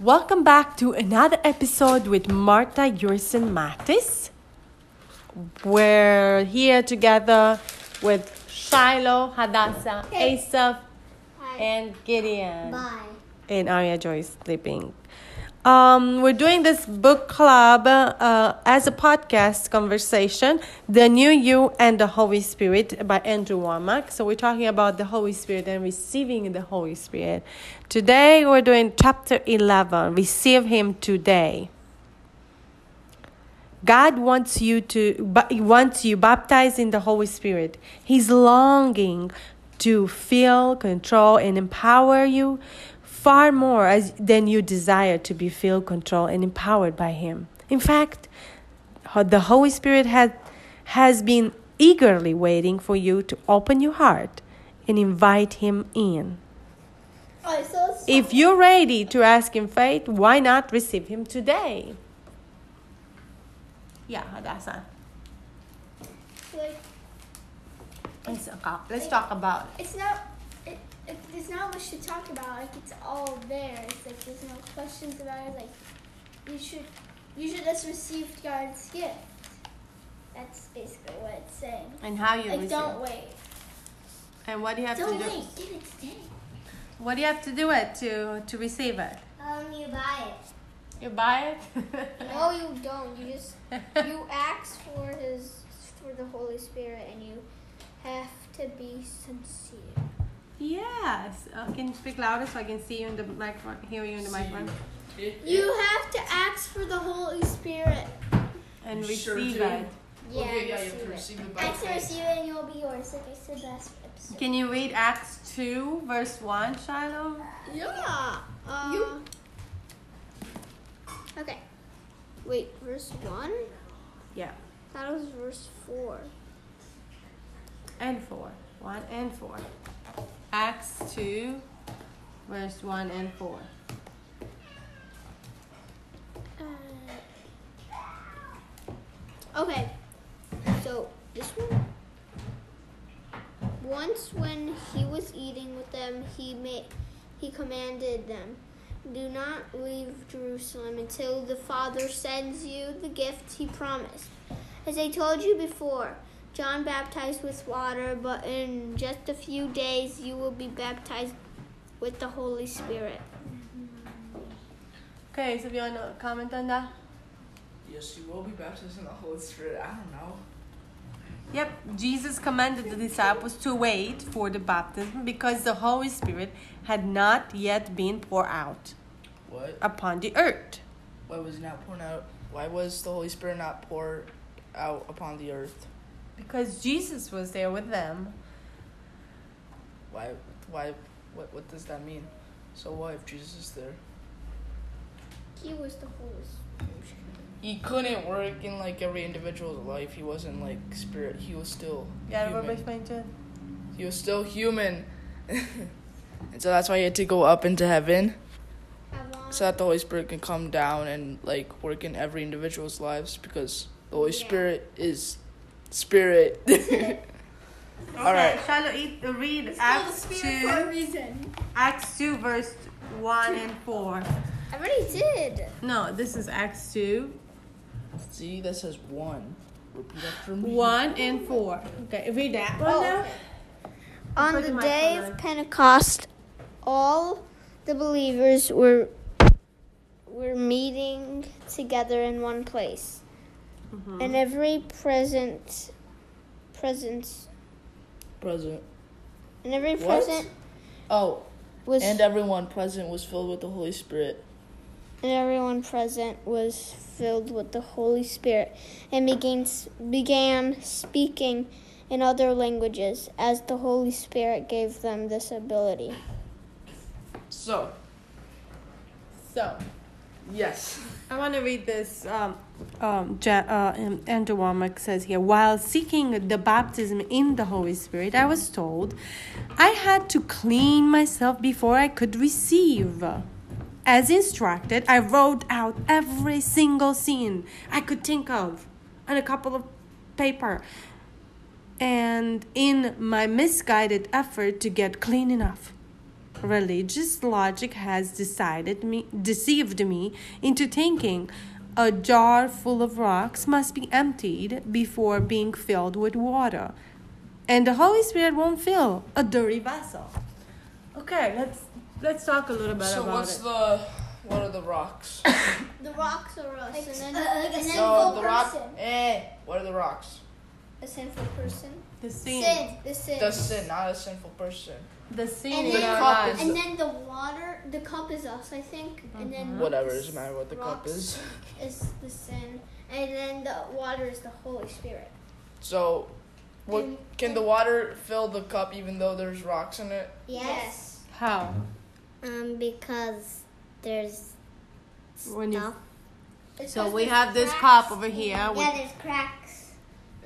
Welcome back to another episode with Marta Yursen Matis. We're here together with Shiloh, Hadassah, Asaf, and Gideon. Bye. and Arya Joyce sleeping. Um, we're doing this book club uh, as a podcast conversation, The New You and the Holy Spirit by Andrew Womack. So we're talking about the Holy Spirit and receiving the Holy Spirit. Today we're doing chapter 11, Receive Him Today. God wants you to bu- wants you baptized in the Holy Spirit. He's longing to feel, control, and empower you far more as, than you desire to be filled, controlled, and empowered by Him. In fact, ho- the Holy Spirit has, has been eagerly waiting for you to open your heart and invite Him in. I saw some. If you're ready to ask in faith, why not receive Him today? Yeah, that's it. like, Let's talk, let's talk about it's not. It, it, there's not much to talk about. Like it's all there. It's like there's no questions about it. Like you should, you should just receive God's gift. That's basically what it's saying. and how you Like receive. don't wait. and what do you have Don't to do. wait. Get it today. What do you have to do it to to receive it? Um, you buy it. You buy No, you don't. You just you ask for His for the Holy Spirit, and you have to be sincere. yes. Uh, can you speak louder so I can see you in the microphone, hear you in the microphone, You have to ask for the Holy Spirit. and You sure receive do. it. Yeah, okay, yeah, you receive have to it. receive it by Ask to faith. receive it and you will be yours. Like I said last episode. Can you read Acts two verse one, Shiloh? Yeah. uh, You- Okay. Wait, verse 1? Yeah. That was verse 4. And four, one and four. Acts two, verse one and four. Uh, okay. So, this one. Once when he was eating with them, he made he commanded them, "Do not leave Jerusalem until the Father sends you the gift he promised. As I told you before, John baptized with water, but in just a few days you will be baptized with the Holy Spirit." Okay, so if you wanna comment on that? Yes, you will be baptized in the Holy Spirit. I don't know. Yep, Jesus commanded the disciples to wait for the baptism because the Holy Spirit had not yet been poured out What? upon the earth. Why was it not poured out? Why was the Holy Spirit not poured out upon the earth? Because Jesus was there with them. Why? Why? What? What does that mean? So what if Jesus is there? He was the Holy Spirit. He couldn't work in like every individual's life. He wasn't like spirit. He was still Yeah, human. remember mentioned? He was still human, and so that's why he had to go up into heaven. so that the Holy Spirit can come down and like work in every individual's lives because the Holy Yeah. Spirit is spirit. All right. Shall I eat, uh, read Acts 2, reason. Acts 2, verse 1 and 4. I already did. No, this is Acts 2, See, that says one. Repeat after me. 1 and 4. Okay, read that one now. On Put the the day microphone of Pentecost, all the believers were were meeting together in one place, Mm-hmm. and every present presence Present. and every What? present Oh, was and and, uh, everyone present was filled with the Holy Spirit. everyone present was filled with the Holy Spirit, and began s- began speaking in other languages as the Holy Spirit gave them this ability. So, So, yes. I want to read this. Um, um, Ja- uh, um, Andrew Womack says here While seeking the baptism in the Holy Spirit, I was told I had to clean myself before I could receive. As instructed, I wrote out every single sin I could think of and a couple of paper. And in my misguided effort to get clean enough, religious logic has decided me deceived me into thinking a jar full of rocks must be emptied before being filled with water. And the Holy Spirit won't fill a dirty vessel. Okay, let's let's talk a little bit So about what's it. the what are the rocks? The rocks are us, Like, and then, uh, like a and then sinful the rock. person. Eh, what are the rocks? a sinful person. the sin, Sin, the sin. The sin, not a sinful person. the sin And in then- our Cup lives. is- And then the water, the cup is us, I think. Mm-hmm. And then Whatever, the doesn't matter what the cup rocks is. Is the sin, and then the water is the Holy Spirit. So, what can the water fill the cup even though there's rocks in it? Yes. How? Um, because there's When you- stuff. So we have this cup over here. with- there's cracks.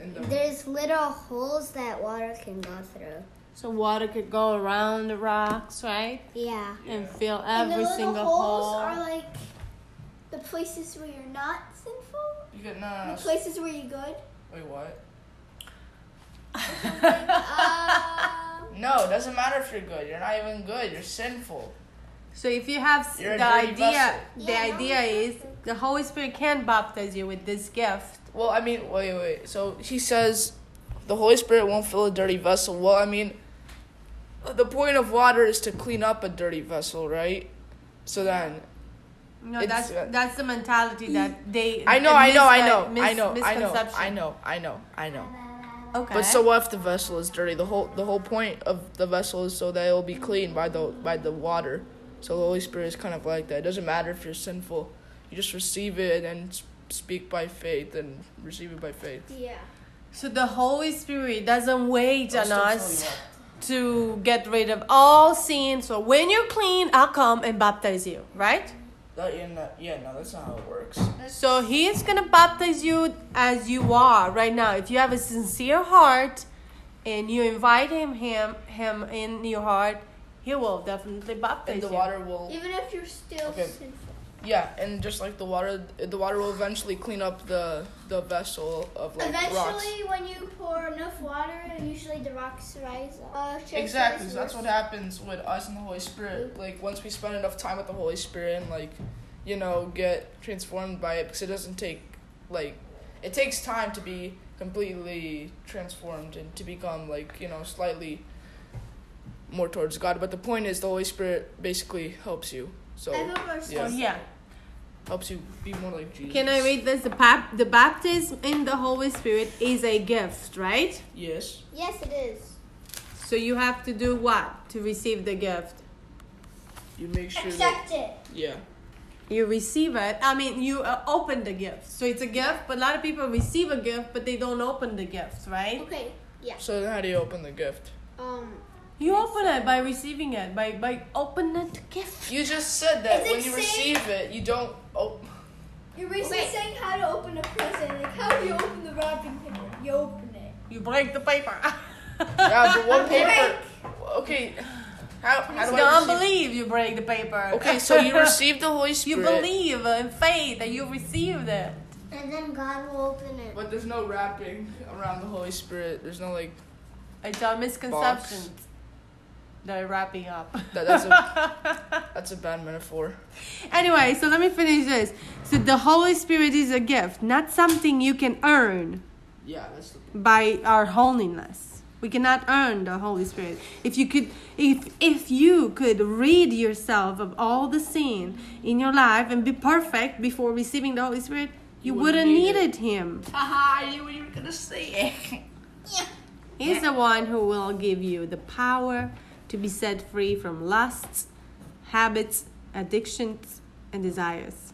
In the There's little holes that water can go through. So water could go around the rocks, right? Yeah. And fill And every the little single holes hole. are like the places where you're not sinful, you get nah. the places where you're good. Wait, what? Um, No, it doesn't matter if you're good. You're not even good. You're sinful. So if you have s- You're a the dirty idea, vessel. the Yeah, idea is the Holy Spirit can baptize you with this gift. Well, I mean, wait, wait. So he says the Holy Spirit won't fill a dirty vessel. Well, I mean, the point of water is to clean up a dirty vessel, right? So then, No, It's- uh, that's that's the mentality that they. I know, the I know, I know, misguide- I know, mis- I know, I misconception. know, I know, I know. Okay. But so what if the vessel is dirty? The whole the whole point of the vessel is so that it will be cleaned by the by the water. So the Holy Spirit is kind of like that. It doesn't matter if you're sinful. You just receive it and s- speak by faith and receive it by faith. yeah. So the Holy Spirit doesn't wait I'll on still us tell you to get rid of all sin. So when you're clean, I'll come and baptize you, right? That, yeah, no, yeah, no, that's not how it works. So he is gonna baptize you as you are right now. If you have a sincere heart and you invite him him him in your heart, he will definitely baptize And the you. water will Even if you're still Okay. sinful. yeah, and just like the water, the water will eventually clean up the the vessel of like Eventually, rocks. when you pour enough water, usually the rocks rise up. Uh, Chase Exactly, says so that's we're- what happens with us and the Holy Spirit. Like once we spend enough time with the Holy Spirit and like, you know, get transformed by it because it doesn't take like it takes time to be completely transformed and to become like, you know, slightly more towards God. But the point is the Holy Spirit basically helps you. So I remember our So, Yeah. yeah. helps you be more like Jesus. Can I read this? The, pap- the baptism in the Holy Spirit is a gift, right? Yes. Yes, it is. So you have to do what to receive the gift? You make sure that Accept it. yeah. You receive it. I mean, you uh, open the gift. So it's a gift, but a lot of people receive a gift, but they don't open the gift, right? Okay. Yeah. So then how do you open the gift? Um. You open it by receiving it, by by opening the gift. You just said that Is it when you safe? receive it, you don't oh You're basically saying how to open a present. Like, how do you open the wrapping paper? You open it. You break the paper. Yeah, but what Break. paper? Okay, how how do I don't receive? believe you break the paper. Okay, so you receive the Holy you Spirit. believe in faith that you received it. And then God will open it. But there's no wrapping around the Holy Spirit. There's no like It's a misconception. They're wrapping up. that. That's a that's a bad metaphor. Anyway, so let me finish this. So the Holy Spirit is a gift, not something you can earn Yeah, that's the by our holiness. We cannot earn the Holy Spirit. If you could if if you could rid yourself of all the sin in your life and be perfect before receiving the Holy Spirit, you, wouldn't, need needed him. Haha, I knew what you were gonna say. He's the one who will give you the power to be set free from lusts, habits, addictions, and desires.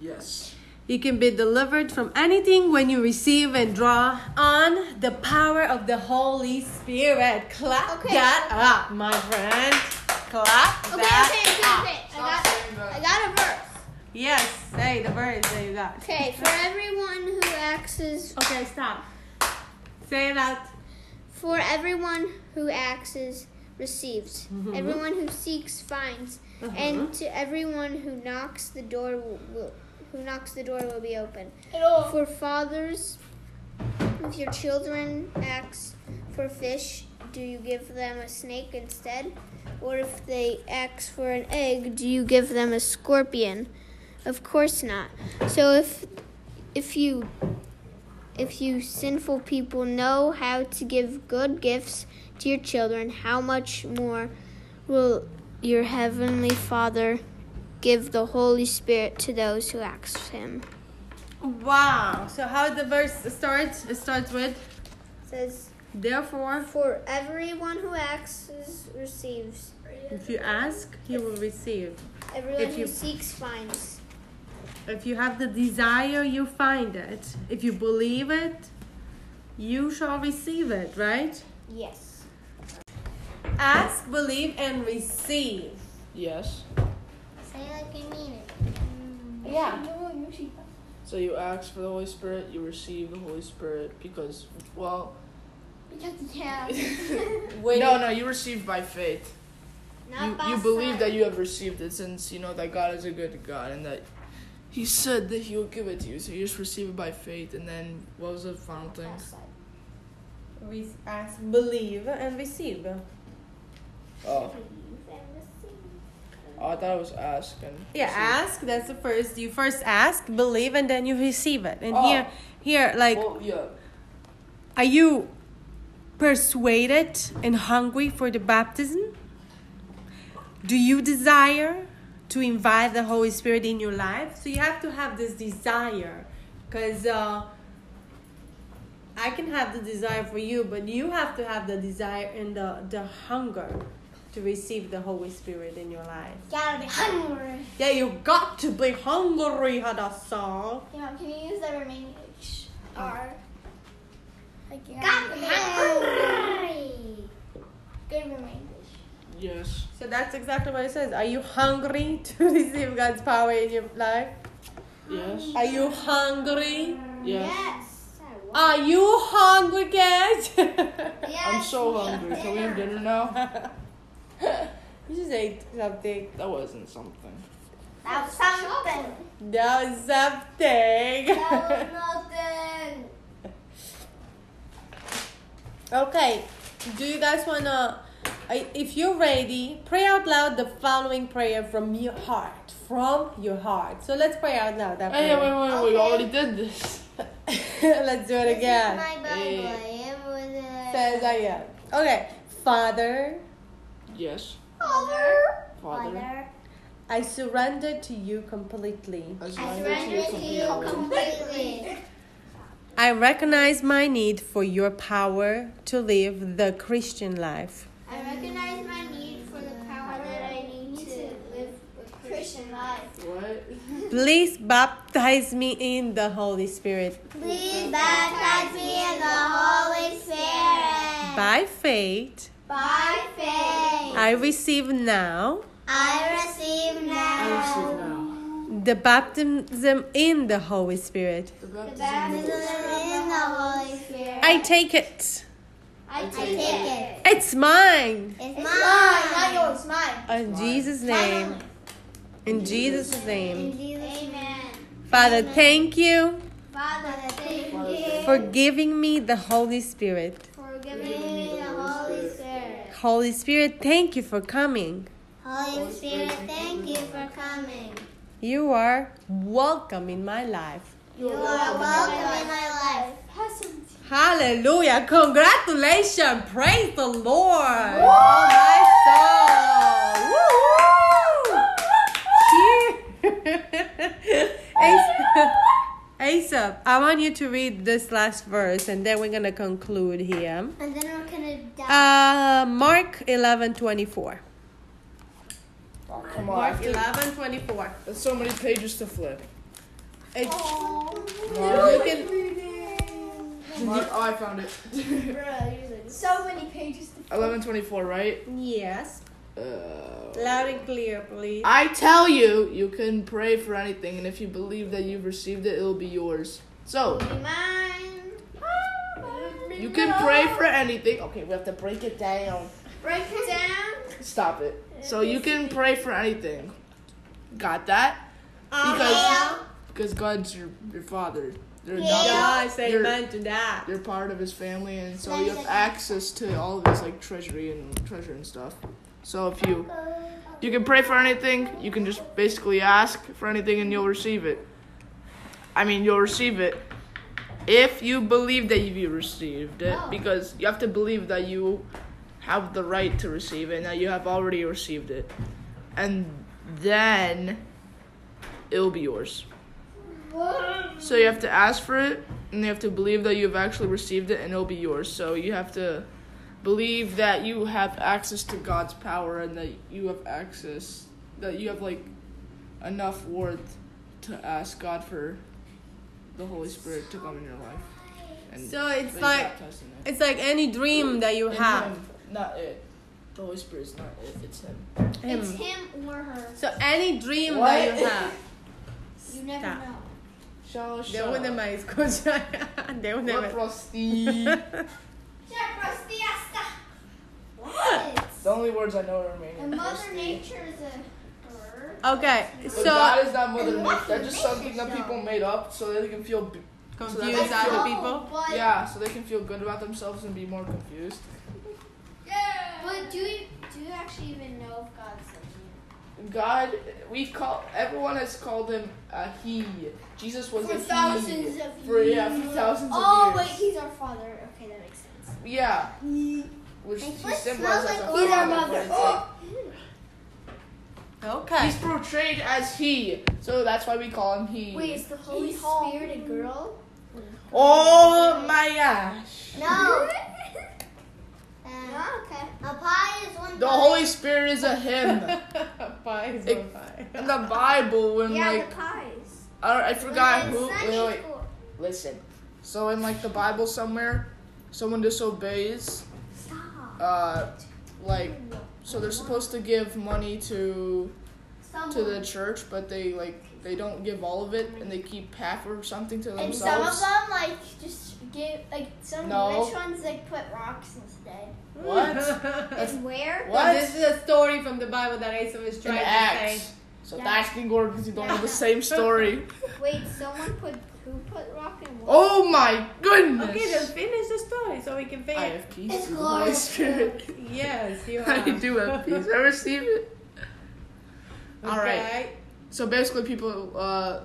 yes. You can be delivered from anything when you receive and draw on the power of the Holy Spirit. Clap Okay. that up, my friend. Clap Okay, okay, okay, that. okay. I Stop got, saying that. I got a verse. Yes, say the verse that you got. Okay, for everyone who acts as, Okay, stop. Say that. for everyone who acts as receives, everyone who seeks finds, and to everyone who knocks, the door will, will who knocks the door will be open. For fathers, your children ask for fish, do you give them a snake instead? Or if they ask for an egg, do you give them a scorpion? Of course not. So if if you if you sinful people know how to give good gifts to your children, how much more will your heavenly Father give the Holy Spirit to those who ask him? Wow. So how the verse starts? It starts with It says therefore. for everyone who asks receives. If you ask, you will receive. Everyone If who you- seeks finds. If you have the desire, you find it. If you believe it, you shall receive it, right? Yes. Ask, believe, and receive. Yes. Say like you mean it. Yeah. So you ask for the Holy Spirit, you receive the Holy Spirit because, well, Yeah. Wait. no, no, you receive by faith. Not You, by you believe sight. that you have received it since you know that God is a good God and that He said that He will give it to you. So you just receive it by faith. And then what was the final thing? By sight. Re- ask, believe, and receive. Oh, Believe and receive. oh I thought it was ask and Yeah, ask. That's the first. You first ask, believe, and then you receive it. And Oh. here, here, like, Well, yeah. are you persuaded and hungry for the baptism? Do you desire to invite the Holy Spirit in your life? So you have to have this desire, because uh, I can have the desire for you, but you have to have the desire and the the hunger to receive the Holy Spirit in your life. Gotta be hungry. Yeah, you got to be hungry, Hadassah. Yeah, can you use the remaining H R? Like you Oh. Got hungry. good remaining. Yes. So that's exactly what it says. Are you hungry to receive God's power in your life? Yes. Are you hungry? Yes. Yes. Are you hungry, guys? I'm so hungry. Can we have dinner now? you just ate something. That wasn't something. That was something. That was something. nothing. okay. Do you guys wanna? I- If you're ready, pray out loud the following prayer from your heart. From your heart. So let's pray out loud. That Hey, wait, wait, prayer. wait. Okay. We already did this. let's do it again. This is my Bible. Eh. It was a Says I am. Okay. Father, Yes. Father. Father, I surrender to you completely. I I surrender surrender to you completely. I recognize my need for your power to live the Christian life. I recognize my need for the power that I need to live a Christian life. What? Please baptize me in the Holy Spirit Please baptize me in the Holy Spirit. by faith. By faith, I receive now I receive I Um, now receive now. the baptism in the Holy Spirit. The baptism. baptism in the Holy Spirit. I take it. I take it. It's mine. It's mine, not yours. Mine. In Jesus' name. In Jesus' name. Amen. Father, thank you Father, thank you for giving me the Holy Spirit. for giving me the Holy Spirit. Holy Spirit, thank you for coming. Holy Spirit, thank you for coming. You are welcome in my life. You are welcome in my life. Hallelujah. Congratulations. Praise the Lord. Oh my Oh, soul. Woo-hoo. Asa, I want you to read this last verse and then we're going to conclude here. And then we're gonna die. Uh, Mark 11 24. Oh, come on. Mark 11 24. That's so many pages to flip. It's, you Mark, can, Mark, oh, I found it. So many pages. 1124, right? Yes. Uh, Loud and clear, please. I tell you, you can pray for anything, and if you believe that you've received it, it'll be yours. So, Mine. you can pray for anything. Okay, we have to break it down. Break it down. Stop it. So, you can pray for anything. Got that? Because, because God's your, your father. You're Yeah. adopted. I say You're- amen to that. You're part of his family, and so you have access to all of his like treasury and treasure and stuff. So if you you can pray for anything, you can just basically ask for anything, and you'll receive it. I mean, you'll receive it if you believe that you received it, because you have to believe that you have the right to receive it, and that you have already received it, and then it'll be yours. So you have to ask for it, and you have to believe that you've actually received it, and it'll be yours. So you have to believe that you have access to God's power, and that you have access, that you have like enough worth to ask God for the Holy Spirit to come in your life. And So it's that you like- baptize in it. It's like any dream that you In have. Him, not it. The Holy Spirit's not it. It's Him. It's him or her. So any dream that you What? have. You never Stop. know. Shall Devo demais escutar. Devo demais. The What? only words I know are Romanian. And Mother Prosti. Nature is a her. Okay, But so God is not mother and nature. what That's just makes something it that so? people made up so they can feel b- confuse that's other all. people. But, yeah, so they can feel good about themselves and be more confused. But do you do you actually even know if God's in God, we call everyone has called him a he. Jesus was For a he. thousands of for yeah, for thousands Oh of wait, years. he's our father. Okay, that makes sense. yeah, which My he foot symbolizes as smells like a oil. father, Mother. Oh. but it's like- Okay. He's portrayed as he, so that's why we call him he. Wait, is the Holy He's tall. Spirit a girl? Oh my gosh! No. Ah, okay. a pie is one. The pie. Holy Spirit is a him. Pai is It- In the Bible, when Yeah, like the pies. I, I forgot When who. Sunday Wait, wait, school. listen. So in like the Bible somewhere, someone disobeys. Stop. Uh, like, so they're supposed to give money to to the church, but they like they don't give all of it, and they keep half or something to And some of themselves. them like just give like some No. rich ones like put rocks instead. What? It's where? So What? oh, this is a story from the Bible that Asa was In trying to say. Acts. So Yeah. that's the word because you don't know the same story. Wait, someone put who put rock in what? Oh my goodness! Okay, then finish the story so we can I finish. have peace It's through the Holy glorious. Spirit. Yes, you are. Um, I do have peace. I receive it. All right. Okay. So basically, people, uh,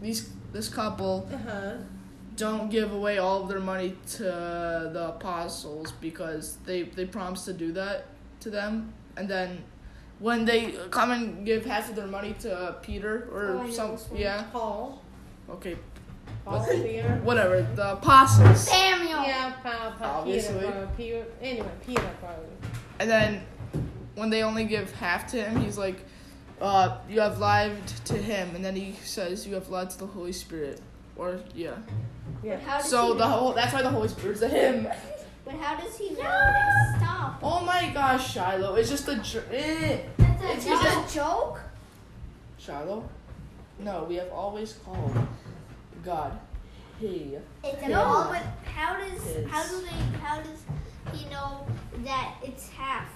these this couple Uh-huh. don't give away all of their money to the apostles because they they promised to do that to them, and then when they come and give half of their money to Peter Oh, or I know some this one. yeah Paul. okay Paul Okay. Peter. whatever the apostles Samuel. Yeah, Paul, Paul Peter, Obviously. Paul, Peter. Anyway, Peter probably. And then when they only give half to him, he's like, uh, you have lied to him. And then he says, you have lied to the Holy Spirit. Or, yeah. Yeah. How does So he the whole, that's why the Holy Spirit's a him. But how does he know this? Stop. Oh my gosh, Shiloh. It's just a, dr- eh. That's It's just a joke. Shiloh? No, we have always called God he. It's a No, ball. but how does how It's- do they how does he know that it's half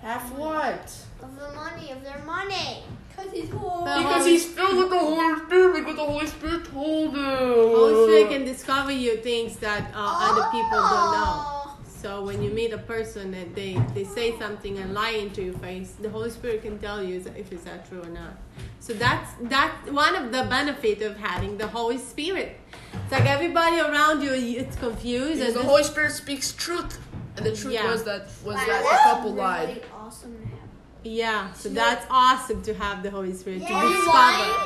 Half what? Of the money, of their money. Because he's whole. The Because Holy- he's filled with the Holy Spirit because the Holy Spirit told him. Oh. Holy Spirit can discover you things that uh, other people don't know. Oh. So when you meet a person and they, they say something and lie into your face, the Holy Spirit can tell you if it's not true or not. So that's that's one of the benefit of having the Holy Spirit. It's like everybody around you it's confused Because and the this- Holy Spirit speaks truth. And the truth Yeah. was that was Wow, that that's the couple really lied. Awesome to have. yeah. So that's awesome to have the Holy Spirit Are to you discover. lying?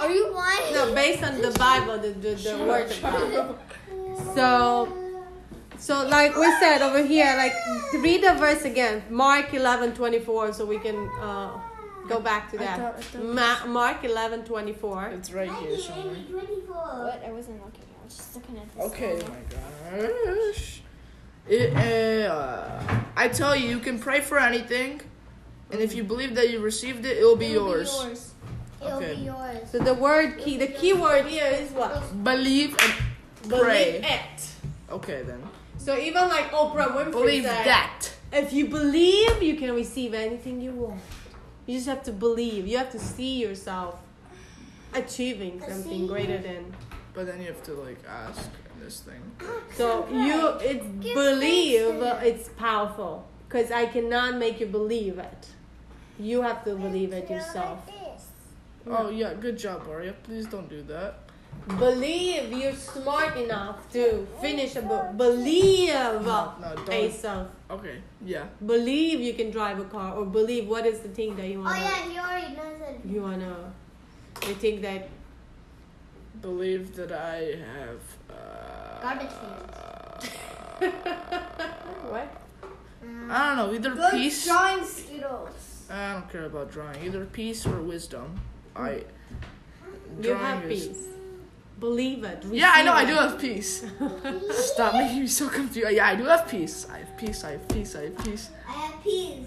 Are you lying? No, based on the Bible, the the, the word of God. So so like we said over here, like read the verse again, Mark eleven twenty four, so we can uh, go back to that. thought- I Ma- thought Mark eleven twenty four. It's right here somewhere. What? I wasn't looking. I was just looking at this. Okay. Oh my gosh. It, uh, I tell you, you can pray for anything, and if you believe that you received it, it will be yours. It'll Okay. be yours. So the word key, the key word here is what? Believe and pray. Believe it. Okay then. So even like Oprah Winfrey Believe said, that. if you believe, you can receive anything you want. You just have to believe. You have to see yourself. achieving something greater than. But then you have to like ask this thing. So you, it's Give believe. thanks to- It's powerful because I cannot make you believe it. You have to believe it yourself. Oh yeah, good job, Aria. Please don't do that. Believe you're smart enough to finish a book. Believe no, don't. a self. Okay, yeah. Believe you can drive a car, or believe what is the thing that you Oh wanna. yeah, you already know that. You wanna. You think that Believe that I have. Uh, Garbage what? I don't know. Either peace. drawing Skittles. I don't care about drawing. Either peace or wisdom. I. You drawing have is- peace. Believe it. Yeah, I know. I receive do it. have peace. Stop making me so confused. Yeah, I do have peace. I have peace. I have peace. I have peace. I have peas.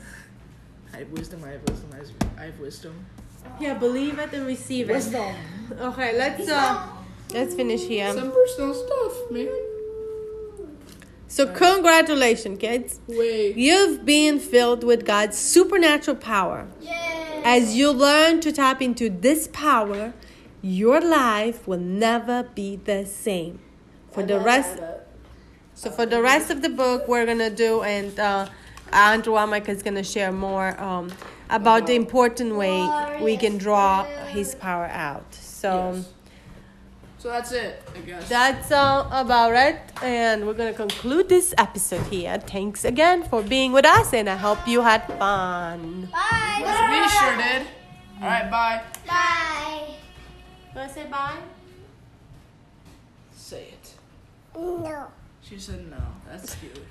I have wisdom. I have wisdom. I have- I have wisdom. Yeah, believe it and receive it. Okay, let's uh, let's finish here. Some personal stuff, man. So congratulations, kids. Wait. You've been filled with God's supernatural power. As you learn to tap into this power, your life will never be the same. For the rest, so for the rest of the book, we're gonna do, and uh, Andrew Womack is gonna share more um, about the important way we can draw His power out. So. Yes. So that's it, I guess. That's all about it. And we're going to conclude this episode here. Thanks again for being with us, and I hope you had fun. Bye. we sure did. All right, bye. Bye. Want to say bye? Say it. No. She said no. That's cute.